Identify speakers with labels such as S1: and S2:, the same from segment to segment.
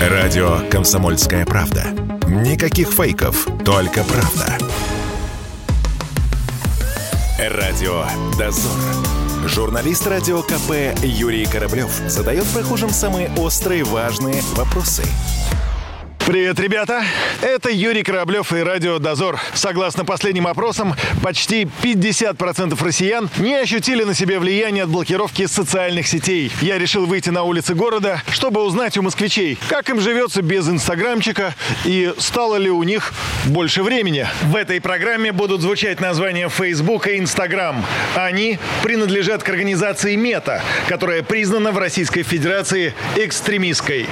S1: Радио «Комсомольская правда». Никаких фейков, только правда. Радио «Дозор». Журналист радио КП Юрий Кораблев задает прохожим самые острые важные вопросы.
S2: Привет, ребята! Это Юрий Кораблев и Радио Дозор. Согласно последним опросам, почти 50% россиян не ощутили на себе влияние от блокировки социальных сетей. Я решил выйти на улицы города, чтобы узнать у москвичей, как им живется без инстаграмчика и стало ли у них больше времени. В этой программе будут звучать названия Facebook и Instagram. Они принадлежат к организации МЕТА, которая признана в Российской Федерации экстремистской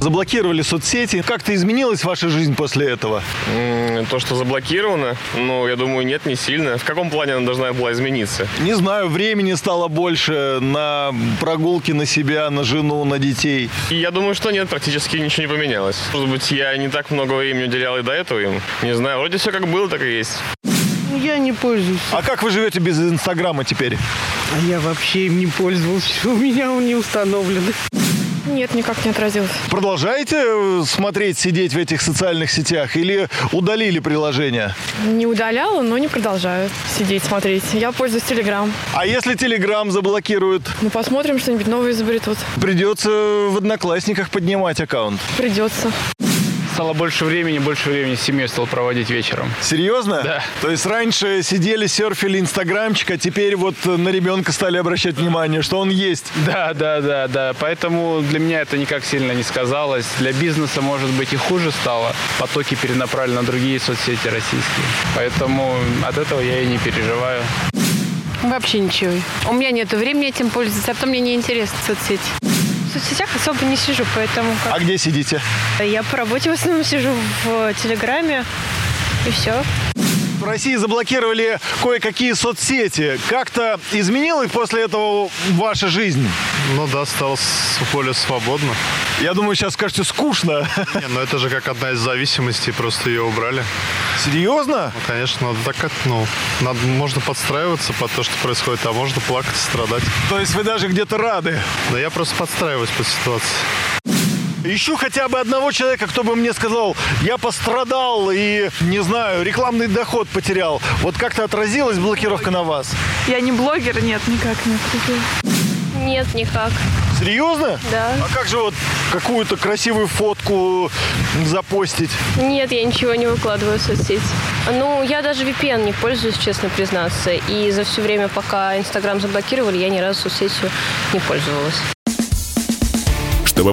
S2: заблокировали соцсети. Как-то изменилась ваша жизнь после этого?
S3: М, То, что заблокировано, ну, я думаю, нет, не сильно. В каком плане она должна была измениться?
S2: Не знаю, времени стало больше на прогулки на себя, на жену, на детей.
S3: И я думаю, что нет, практически ничего не поменялось. Может быть, я не так много времени уделял и до этого им. Не знаю, вроде все как было, так и есть.
S4: Я не пользуюсь.
S2: А как вы живете без Инстаграма теперь?
S4: А я вообще им не пользовался. У меня он не установлен.
S5: Нет, никак не отразилось.
S2: Продолжаете э, смотреть, сидеть в этих социальных сетях или удалили приложение?
S5: Не удаляла, но не продолжаю сидеть, смотреть. Я пользуюсь Телеграм.
S2: А если Телеграм заблокируют,
S5: Ну, посмотрим, что-нибудь новое изобретут.
S2: придется в Одноклассниках поднимать аккаунт.
S5: Придется.
S6: Стало больше времени, больше времени с семьей стал проводить вечером.
S2: Серьезно?
S6: Да.
S2: То есть раньше сидели, серфили Инстаграмчик, а теперь вот э, на ребенка стали обращать внимание, что он есть.
S6: Да, да, да, да. Поэтому для меня это никак сильно не сказалось. Для бизнеса, может быть, и хуже стало. Потоки перенаправлены на другие соцсети российские. Поэтому от этого я и не переживаю.
S7: Вообще ничего. У меня нет времени этим пользоваться, а потом мне неинтересно соцсети. В соцсетях особо не сижу, поэтому
S2: А где сидите?
S7: я по работе в основном сижу в э, Телеграме, и все.
S2: В России заблокировали кое-какие соцсети. Как-то изменилась после этого ваша жизнь?
S8: Ну да, стало с- более свободно.
S2: Я думаю, сейчас скажете скучно.
S8: Не, ну это же как одна из зависимостей, просто ее убрали.
S2: Серьезно?
S8: Ну, конечно, надо так, как, ну, надо, можно подстраиваться под то, что происходит, а можно плакать, страдать.
S2: То есть вы даже где-то рады?
S8: Но я просто подстраиваюсь под ситуацию.
S2: Ищу хотя бы одного человека, кто бы мне сказал, я пострадал и, не знаю, рекламный доход потерял. Вот как-то отразилась блокировка на вас?
S9: Я не блогер, нет, никак не отразила.
S7: Нет, никак.
S2: Серьезно?
S7: Да.
S2: А как же вот какую-то красивую фотку запостить?
S7: Нет, я ничего не выкладываю в соцсети. Ну, я даже VPN не пользуюсь, честно признаться. И за все время, пока Инстаграм заблокировали, я ни разу соцсетью не пользовалась.
S1: Чтобы